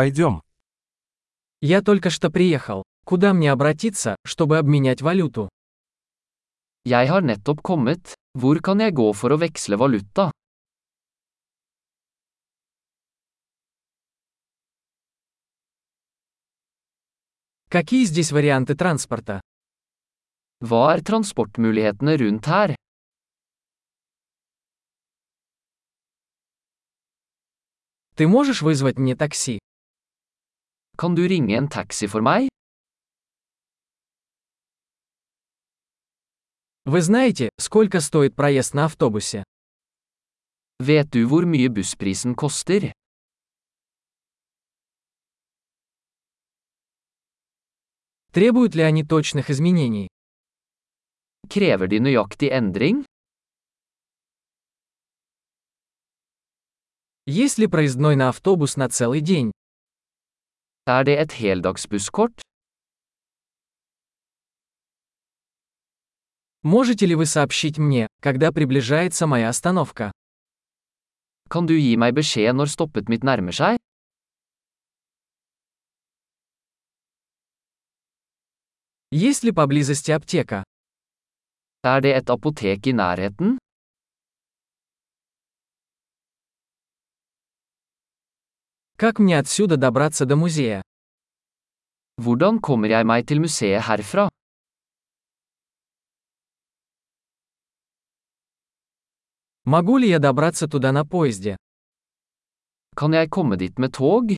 Пойдем. Я только что приехал. Куда мне обратиться, чтобы обменять валюту? Jeg har nettopp kommet. Hvor kan jeg gå for å veksle valuta? Какие здесь варианты транспорта? Hva er transportmulighetene rundt her? Ты можешь вызвать мне такси? Kan du ringe en taxi for meg? Вы знаете, сколько стоит проезд на автобусе? Vet du hvor mye bussprisen koster? Требуют ли они точных изменений? Krever de nøyaktig endring? Есть ли проездной на автобус на целый день? Er det et heldagsbusskort? Можете ли вы сообщить мне, когда приближается моя остановка? Kan du gi meg beskjed når stoppet mitt nærmer seg? Есть ли поблизости аптека? Er det et apotek i nærheten? Как мне отсюда добраться до музея? Hvordan kommer jeg meg til museet herfra? Могу ли я добраться туда на поезде? Kan jeg komme dit med tog?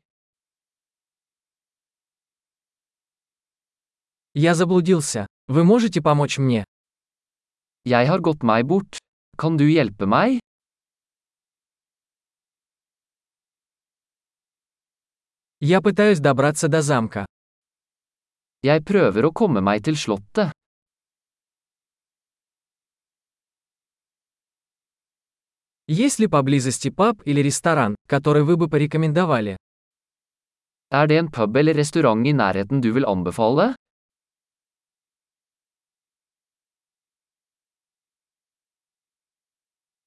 Я заблудился. Вы можете помочь мне? Jeg har gått meg bort. Kan du hjelpe meg? Я пытаюсь добраться до замка. Jeg prøver å komme meg til slottet. Есть ли поблизости паб или ресторан, который вы бы порекомендовали? Er det en pub eller restaurant i nærheten du vil anbefale?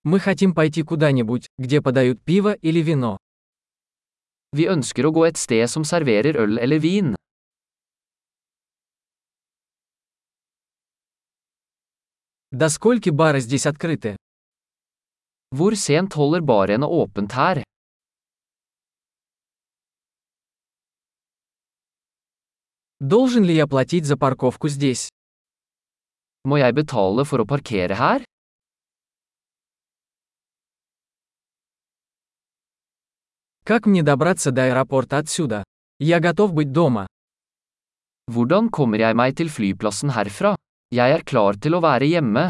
Мы хотим пойти куда-нибудь, где подают пиво или вино. Vi ønsker å gå et sted som serverer øl eller vin. До скольки бары здесь открыты? Hvor sent holder barene åpent her? Должен ли я платить за парковку здесь? Må jeg betale for å parkere her? Как мне добраться до аэропорта отсюда? Я готов быть дома. Hvordan kommer jeg meg til flyplassen herfra? Jeg er klar til å være hjemme.